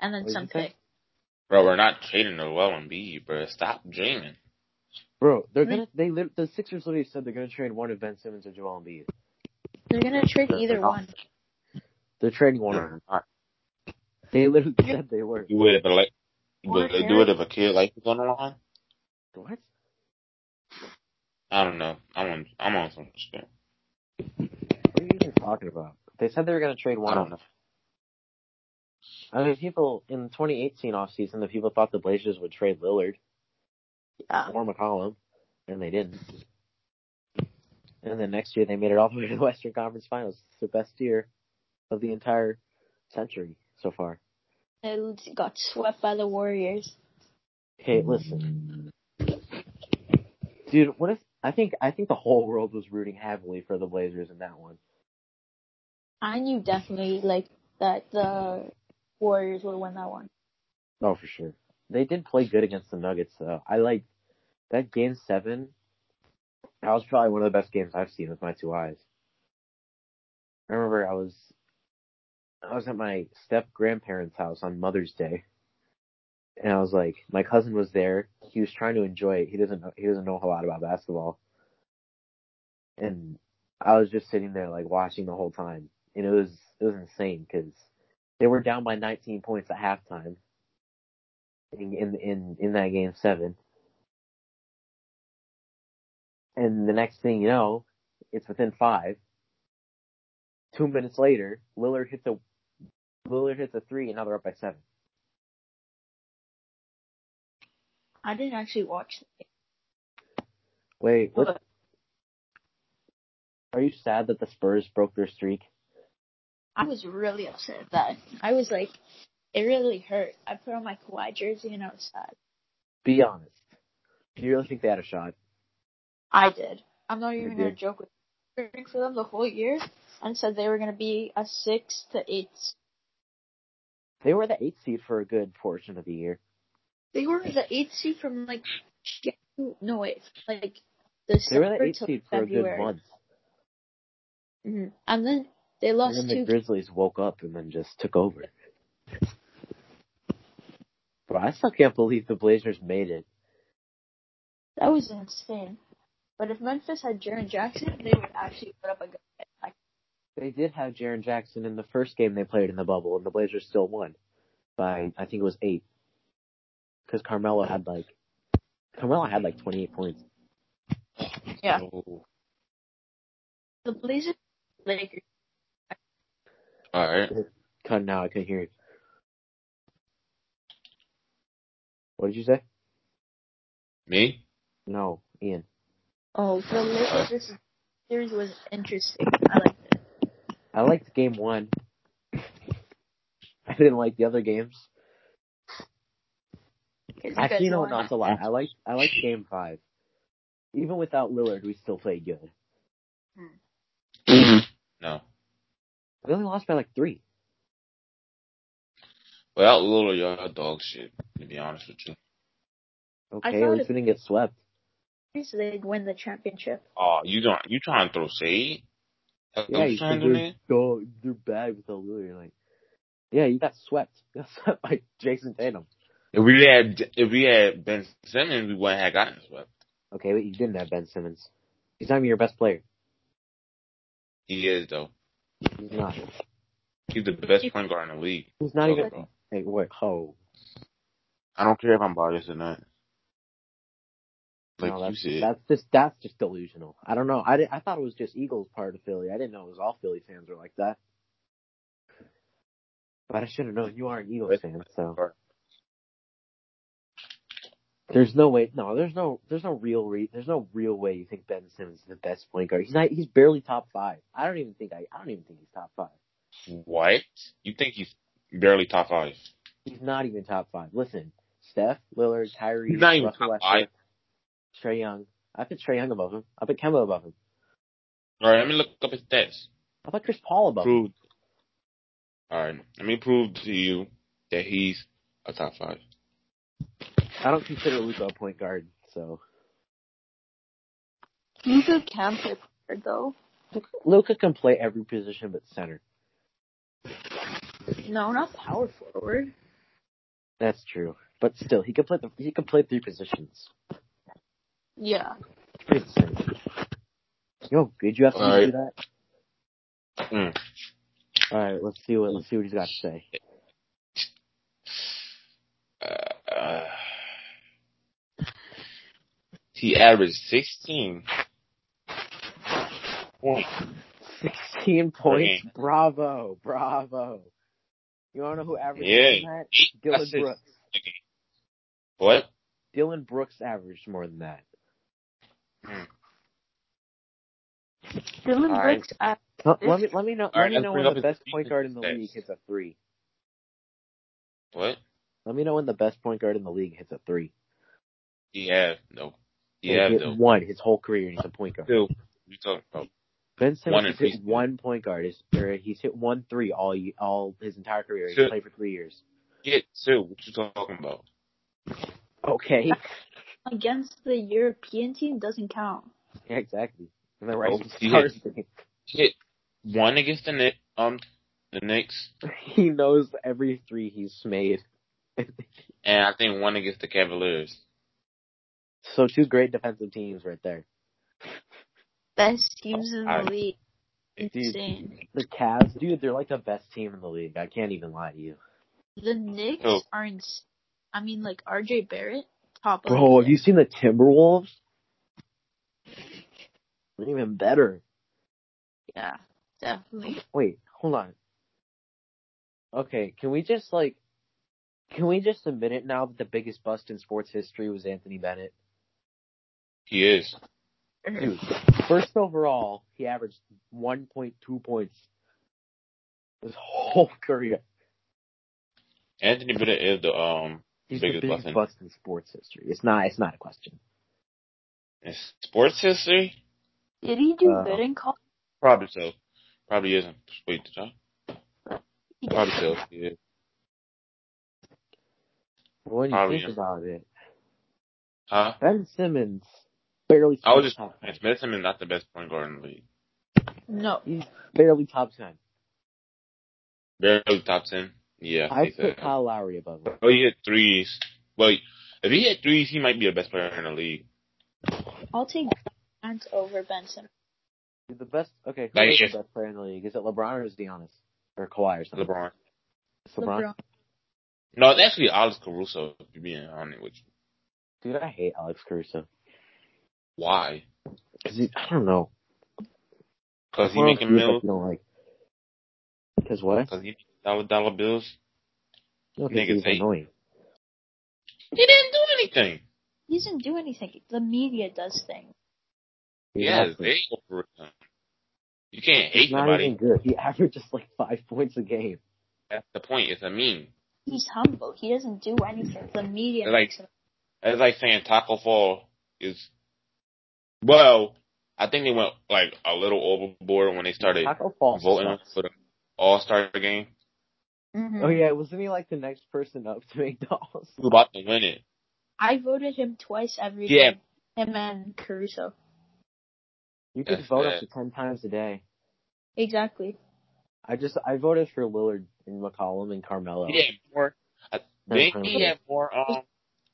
and then What'd you some say? pick? bro, we're not trading the well and B, bro. Stop dreaming. Bro, they're Wait. gonna they lit- the Sixers literally said they're gonna trade one of Ben Simmons or Joel Embiid. They're gonna trade They're- either they're not. one. They're trading one of them. Uh-huh. They literally said they were. Do it if a like, Or would they do it if a kid like is on the line? What? I don't know. I'm on. I'm on some shit. What are you even talking about? They said they were gonna trade I one of don't know. them. I mean, people in the 2018 offseason, the people thought the Blazers would trade Lillard. Yeah. or McCollum, and they didn't. And then next year they made it all the way to the Western Conference Finals. It's the best year of the entire century so far. They got swept by the Warriors. Hey, listen, dude. What if I think I think the whole world was rooting heavily for the Blazers in that one. I knew definitely like that the Warriors would win that one. Oh, for sure. They did play good against the Nuggets, though. I like that game seven. That was probably one of the best games I've seen with my two eyes. I remember I was I was at my step grandparents' house on Mother's Day, and I was like, my cousin was there. He was trying to enjoy it. He doesn't know, he doesn't know a whole lot about basketball, and I was just sitting there like watching the whole time, and it was it was insane because they were down by 19 points at halftime in in in, in that game seven. And the next thing you know, it's within five. Two minutes later, Lillard hits a Lillard hits a three, and now they're up by seven. I didn't actually watch it. Wait, what? Are you sad that the Spurs broke their streak? I was really upset at that. I was like, it really hurt. I put on my Kawhi jersey and I was sad. Be honest. Do you really think they had a shot? I did. I'm not even gonna did. joke with you. rooting for them the whole year and said they were gonna be a six to eight. They were the eighth seed for a good portion of the year. They were the eighth seed from like Jan- no wait like the They were the eighth seed for a good February. month. hmm And then they And lost then the two. Grizzlies woke up and then just took over. Bro, I still can't believe the Blazers made it. that was insane. But if Memphis had Jaron Jackson, they would actually put up a good fight. Like, They did have Jaron Jackson in the first game they played in the bubble, and the Blazers still won by I think it was eight, because Carmelo had like Carmelo had like 28 points. Yeah. All the Blazers, Lakers. right. Cut now, I couldn't hear you. What did you say? Me? No, Ian. Oh, the Lakers this series was interesting. I liked it. I liked game one. I didn't like the other games. Because you Actually, guys no, won. not a lot. I liked I liked game five. Even without Lillard, we still played good. No. We only lost by like three. Without Lillard, y'all dog shit. To be honest with you. Okay, thought at least it- we didn't get swept. So they'd win the championship. Oh, you don't. You trying to throw shade? That's Yeah, what you you trying think to do, they're, man? so, they're bad with the Lillard. You're Like, yeah, you got swept. You got swept by Jason Tatum. If we had, if we had Ben Simmons, we wouldn't have gotten swept. Okay, but you didn't have Ben Simmons. He's not even your best player. He is though. He's not. He's the best point guard in the league. He's not even. So, Hey, what? Oh, I don't care if I'm biased or not. Like no, you that's, said, that's just that's just delusional. I don't know. I did, I thought it was just Eagles part of Philly. I didn't know it was all Philly fans were like that. But I should have known you are an Eagles fan, so there's no way. No, there's no there's no real re, there's no real way you think Ben Simmons is the best point guard. He's not. He's barely top five. I don't even think I. I don't even think he's top five. what? You think he's barely top five? He's not even top five. Listen, Steph, Lillard, Kyrie, He's not even Russell top Westbrook, Trey Young. I put Trey Young above him. I put Kemba above him. All right, let me look up his stats. I put Chris Paul above him. Prove. All right, let me prove to you that he's a top five. I don't consider Luca a point guard, so Luca can play forward though. Luca can play every position but center. No, not power forward. That's true, but still, he can play the he can play three positions. Yeah. It's pretty simple. You know, did you have to Alright. do that? Mm. All right, let's see what let's see what he's got to say. Uh, uh, he averaged 16 points. Sixteen points. game. Bravo, bravo. You wanna know who averaged Yeah. more Eight than that? Dylan assists. Brooks. What? Dylan Brooks averaged more than that. Dylan All right. Brooks at Let let me let me know All let right, me let's know bring when up the his best point guard in the defense league stats. hits a three. What? Let me know when the best point guard in the league hits a three. He have no. He And have hit though. one his whole career and he's a point guard. Two. You talking about? Ben One Simmons in has hit preseason. one point guard. His, or he's hit one three all ye- all his entire career. He's Shit. played for three years. Get two. What you talking about? Okay. Against the European team doesn't count. yeah, exactly. And the Rising Oh, he Stars thing. Hit one against the Knicks. Um, the Knicks, He knows every three he's made. and I think one against the Cavaliers. so two great defensive teams right there. Best teams in I- the league. Dude. Insane. The Cavs, dude, they're like the best team in the league. I can't even lie to you. The Knicks Oh. are ins- I mean, like RJ Barrett, top of Bro, have you seen the Timberwolves? They're even better. Yeah, definitely. Wait, hold on. Okay, can we just like, can we just admit it now that the biggest bust in sports history was Anthony Bennett? He is. Dude, first overall, he averaged 1.2 points his whole career. Anthony Bennett is the um He's Biggest the bust biggest in- bust in sports history. It's not. It's not a question. in sports history. Did he do Uh, good in college? Probably so. Probably isn't. Wait, did I? Probably so. Yeah. When you Probably think is. about it, Huh? Ben Simmons barely. I tops was just. top ten. Smith Simmons is not the best point guard in the league. No. He's barely top ten. Barely top ten. Yeah. I I uh, think put so. Kyle Lowry above him. Oh, he hit threes. But if he hit threes, he might be the best player in the league. I'll take Giants over Benson. He's the best. Okay, who Like, is if- the best player in the league? Is it LeBron or is it Giannis or Kawhi or something? LeBron. It's LeBron. LeBron. No, it's actually Alex Caruso. To be honest with you, Dude, I hate Alex Caruso. why? 'Cause he, I don't know. Because he Well, making dude, like, millions. You don't like. Because what? Because he making dollar dollar bills. No, 'cause Niggas he's hate. annoying. He didn't do anything. He doesn't do anything. The media does things. Yes, Exactly. they over him. You can't hate He's not somebody. even good. He averages like five points a game. That's the point. It's a meme. He's humble. He doesn't do anything. The media Like- makes him. That's like saying Taco Fall is. Well, I think they went like a little overboard when they started Taco Fall voting sucks. for the All Star game. Mm-hmm. Mm. Oh yeah, wasn't he like the next person up to McDonald's? Who's about to win it? I voted him twice every Yeah. day. Him and Caruso. You could That's vote bad. up to ten times a day. Exactly. I just I voted for Lillard and McCollum and Carmelo. He had more. I Ten think times a he day. had more. Um,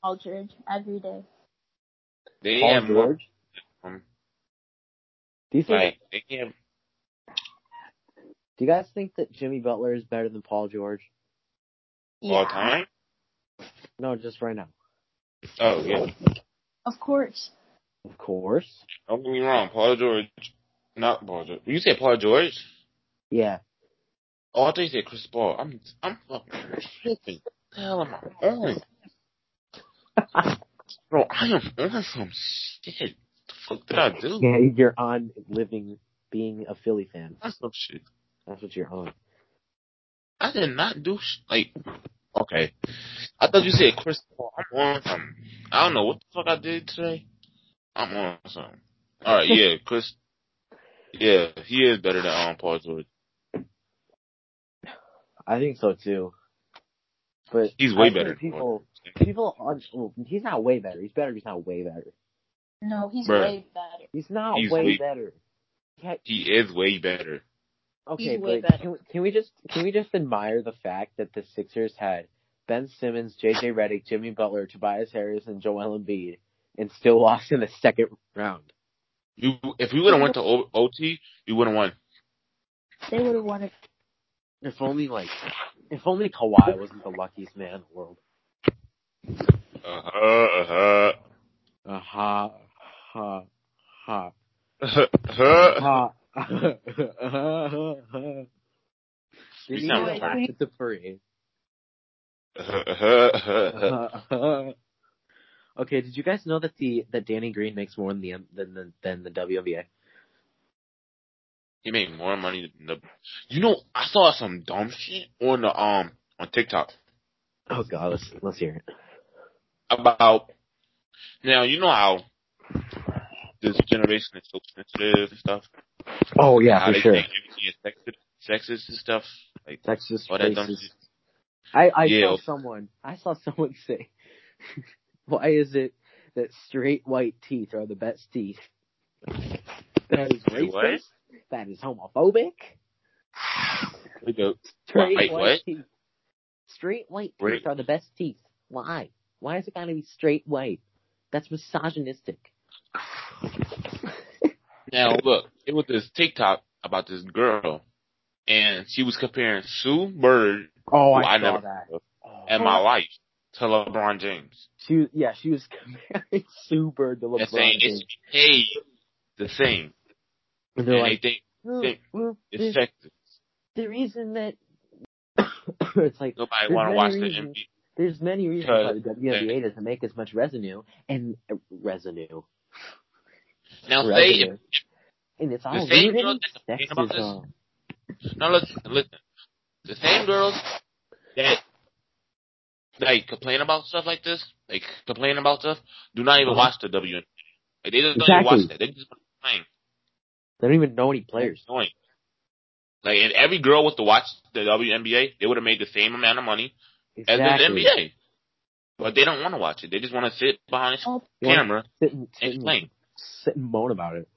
Aldridge every day. They Paul have more. George. um, Do you think? Like they have. Do you guys think that Jimmy Butler is better than Paul George? all time? No, just right now. Oh yeah. Of course. Of course. Don't get me wrong. Paul George, not Paul George. You said Paul George. Yeah. Oh, I thought you said Chris Paul. I'm I'm fucking tripping. What the hell am I on? Bro, I am on some shit. The fuck did I do? Yeah, you're on living being a Philly fan. I'm on some shit. That's what you're on. I did not do sh- like. Okay, I thought you said Chris Paul. I'm on something. I don't know what the fuck I did today. I'm on something. All right, yeah, Chris. Yeah, he is better than um, Paul George. I think so too. But He's way I think better. People, people on. Well, he's not way better. He's better. He's not way better. No, he's Bruh. way better. He's not He's way way- better. Yeah, He is way better. okay, He's way but better. Can, we, can we just can we just admire the fact that the Sixers had Ben Simmons, J.J. Redick, Jimmy Butler, Tobias Harris, and Joel Embiid, and still lost in the second round? You, if we would have went to o- OT, you would have won. They would have wanted. If only like, if only Kawhi wasn't the luckiest man in the world. Uh huh. Uh huh. Ha. Ha. Uh huh. Ha. Didn't You even sound laugh retarded. at the parade. okay, did you guys know that the that Danny Green makes more than the M- than the than the WNBA? He made more money than the. You know, I saw some dumb shit on the um on TikTok Oh god, let's let's hear it. about. Now you know how this generation is so sensitive and stuff. Oh yeah, how they think everything is sexist, sexist and stuff. Like Texas all that dumb racist. shit. I I Yeah. saw someone I saw someone say, why is it that straight white teeth are the best teeth? That is racist. Wait, what? That is homophobic. Like a- Straight Wait, white what? teeth. Straight white teeth Wait. are the best teeth. Why? Why is it gotta be straight white? That's misogynistic. Now look, it was this TikTok about this girl, and she was comparing Sue Bird Oh, I never- that. and my life to LeBron James. Oh. She was, yeah, she was comparing Sue Bird to And saying LeBron it's James. paid the same, And and they're they like, think "Well, think well, it's the, sexist. the reason that it's like Nobody There's want to many watch the reasons. NBA. there's many reasons why the WNBA doesn't make as much revenue and uh, revenue. Now say revenue. if, and it's all the same rooted girl in that's complaining about this- sexism. now listen, listen. The same girls that like complain about stuff like this, like complain about stuff, do not even Uh-huh. watch the WNBA. Like, they just don't even Exactly. watch that. They just want to complain. They don't even know any players. It's annoying. Like if every girl was to watch the WNBA, they would have made the same amount of money as Exactly. in the NBA. But they don't want to watch it. They just want to sit behind Oh, the camera Sit and, sit, and and, complain. sit and moan about it.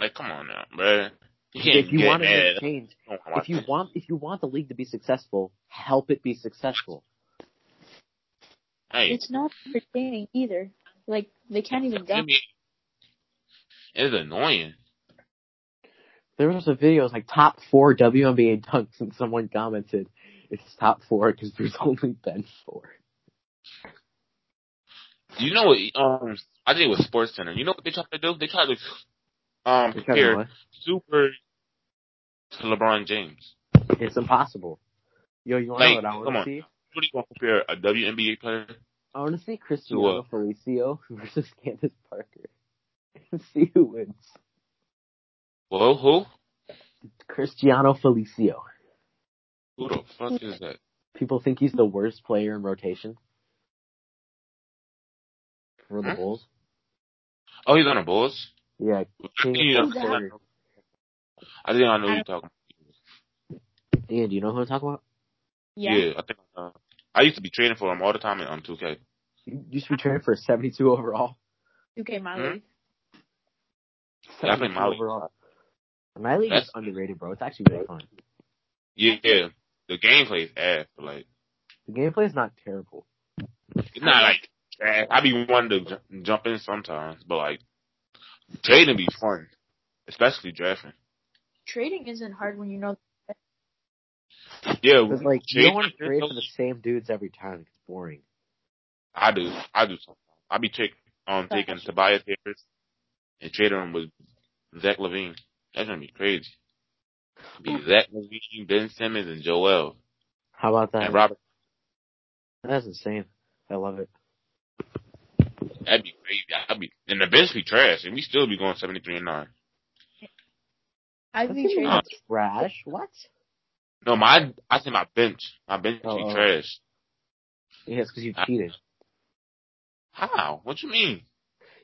Like, come on now, bro. You can't If you get want to mad. make change, I don't wanna watch if you it. want, if you want the league to be successful, help it be successful. hey, It's not entertaining either. Like they can't even dunk. NBA it's annoying. There was a video, it was like top four WNBA dunks, and someone commented, "It's top four because there's only been four. You know what? Um, I did it with Sports Center. You know what they tried to do? They tried to um It's kinda compare what? Super to LeBron James. It's impossible. Yo, you want to know Like, what I come want to on. see? What do you want to compare a WNBA player? I want to see To, Cristiano uh, Felicio versus Candace Parker and see who wins. Well, who? Cristiano Felicio. Who the fuck is that? People think he's the worst player in rotation for the Huh? Bulls. Oh, he's on the Bulls. Yeah, King You of know, Who's Fourth that? Quarter. I think I know who you're talking. Dan, do you know who I'm talking about? Yeah, Yeah. I think. Uh, I used to be training for him all the time in um 2K. You you should be training for a 72 overall. Okay, Miley. Hmm? Yeah, I play 72 Molly. overall. My league is That's- underrated, bro. It's actually really fun. Yeah, yeah. The gameplay is ass, but like The gameplay is not terrible. it's not like trash. I be wanting to ju- jump in sometimes, but like trading be fun, especially drafting. Trading isn't hard when you know. Yeah, It's like you trading- don't want to trade for the same dudes every time. It's boring. I do. I do. Sometimes. I be take, um, taking Tobias Harris and trading him with Zach Levine. That's gonna be crazy. Be Zach Levine, Ben Simmons, and Joel How about that? and Robert. That's insane. I love it. That'd be crazy. I'd be and the bench be trash, and we still be going seventy three and nine. I've That's been even trading. not trash. What? No, my I think my bench, my bench Oh, be oh. trash. Yeah, it's because you I- cheated. How? What you mean?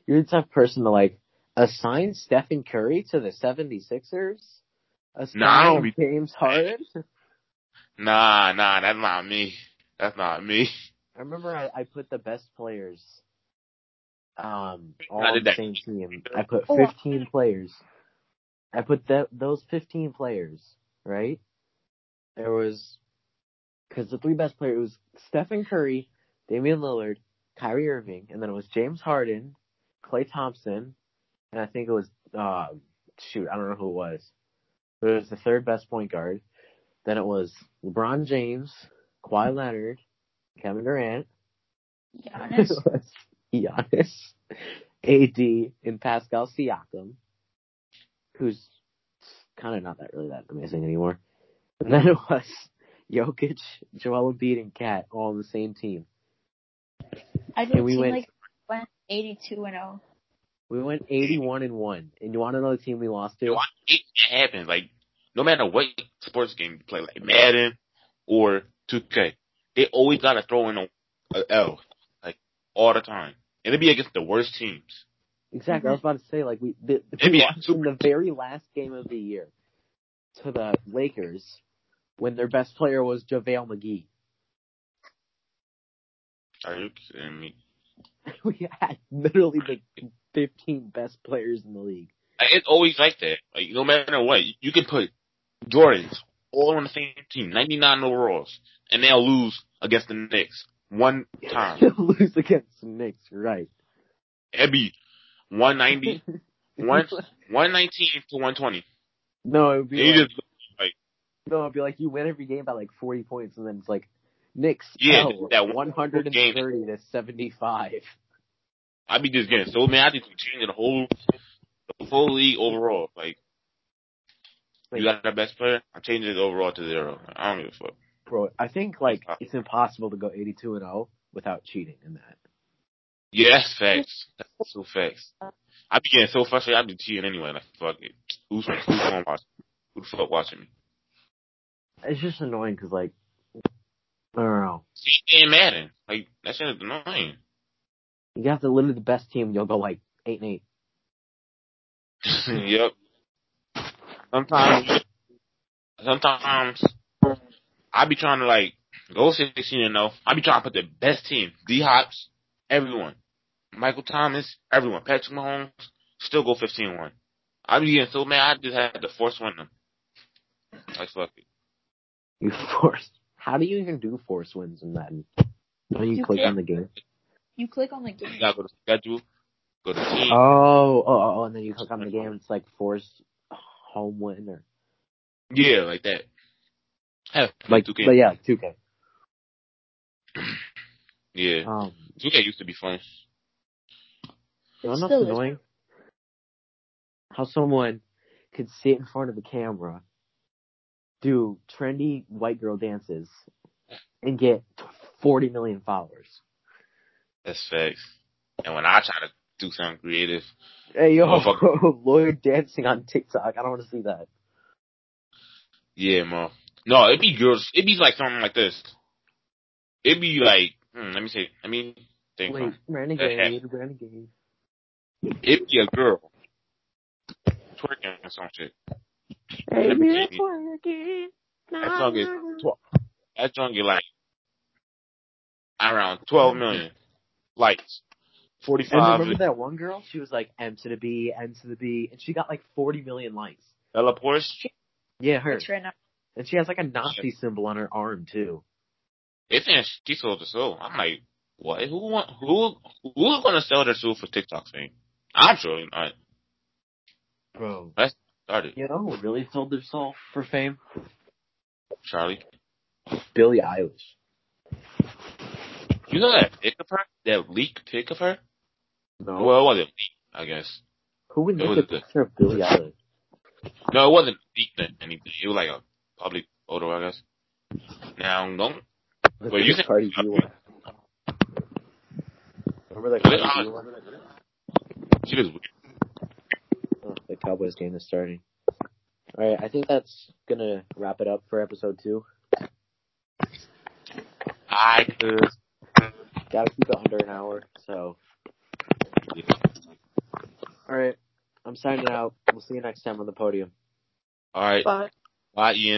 You're the type of person to like assign Stephen Curry to the 76ers. Assign Nah, I don't be- James Harden. Nah, nah, that's not me. That's not me. I remember I, I put the best players um all I on did the that. same team. I put Oh. 15 players. I put that those 15 players, right? There was cuz the three best players it was Stephen Curry, Damian Lillard, Kyrie Irving, and then it was James Harden, Clay Thompson, and I think it was uh shoot, I don't know who it was. But it was the third best point guard. Then it was LeBron James, Kawhi Leonard, Kevin Durant, Giannis. was Giannis, AD, and Pascal Siakam, who's kind of not that really that amazing anymore. And then it was Jokic, Joel Embiid, and Cat all on the same team. I And don't we seem went like went 82 and oh. 0. we went eighty one and one. And you want to know the team we lost to? Why it happens? Like no matter what sports game you play, like Madden or 2K, they always gotta throw in a, a L, like all the time, and it'd be against the worst teams. Exactly. I was about to say like we the, Maybe we lost in the very last game of the year to the Lakers when their best player was JaVale McGee. Are you kidding me? We had literally the fifteen best players in the league. Like, it's always like that. Like no matter what, you can put Jordans all on the same team, 99 overalls, and they'll lose against the Knicks one time. lose against the Knicks, right? It'd be 190, one, 119 to 120. no, it would And be you like, just no, it'd be like you win every game by like forty points, and then it's like Knicks Yeah, that one one hundred and game. thirty to seventy five. I'd be just getting so mad. I think we changed the whole, the whole league overall. Like, Like, you got the best player. I changed it overall to zero. Like, I don't give a fuck. bro, I think like Uh. it's impossible to go eighty two and zero without cheating in that. Yeah, that's facts. That's so facts. I'd be getting so frustrated. I'd be cheating anyway. Like, fuck it. Who's who's gonna watch? Who the fuck watching me? It's just annoying because like I don't know, See, it ain't Madden. Like that shit is annoying. you have to literally the best team, you'll go like eight and eight. yep. Sometimes, sometimes I be trying to like go sixteen and know. I be trying to put the best team, D Hops, everyone, Michael Thomas, everyone, Patrick Mahomes, still go 15-1. I be getting so mad. I just had to force win them. Like fuck it. You force. How do you even do force wins in that? Don't you, You click can't. on the game? You click on the You game. gotta go to schedule, go to team. Oh, oh, oh, and then you click on the game. It's like forced home win or yeah, like that. Have like, two K. but yeah, two K. yeah, Um, two K used to be fun. you It know what's still is. annoying? How someone could sit in front of a camera, do trendy white girl dances, and get forty million followers. That's facts. And when I try to do something creative, Hey yo, Oh, Motherfucker. Lloyd dancing on TikTok. I don't want to see that. Yeah, man. No, it'd be girls. It'd be like something like this. It'd be like, hmm, let me say, let me think. Wait, renegade, renegade. It'd be a girl twerking or some shit. Hey, Let me you're get you. twerking. That song is twelve. That song get like around twelve million likes, forty And five. remember that one girl? She was like M to the B, N to the B, and she got like 40 million likes. Bella Porsche. Yeah, her. It's right now. And she has like a Nazi symbol on her arm too. They saying she sold the soul. I'm like, What? Who want? Who? Who's gonna sell their soul for TikTok fame? I'm surely not. Bro, Started you know who really sold their soul for fame? Charlie. Billie Eilish. You know that pic of her, that leak pic of her. No. Well, it wasn't leak, I guess. who would it look was at a good. picture of Billie Eilish? No, it wasn't leak or anything. It was like a public photo, I guess. Now, don't Well, you The think- Cardi B one. Remember that Billie Cardi B Eilish- one? she was weird. Oh, the Cowboys game is starting. All right, I think that's gonna wrap it up for episode two. I could. Gotta keep it under an hour, so. All right, I'm signing out. We'll see you next time on the podium. All right. But Bye, Ian.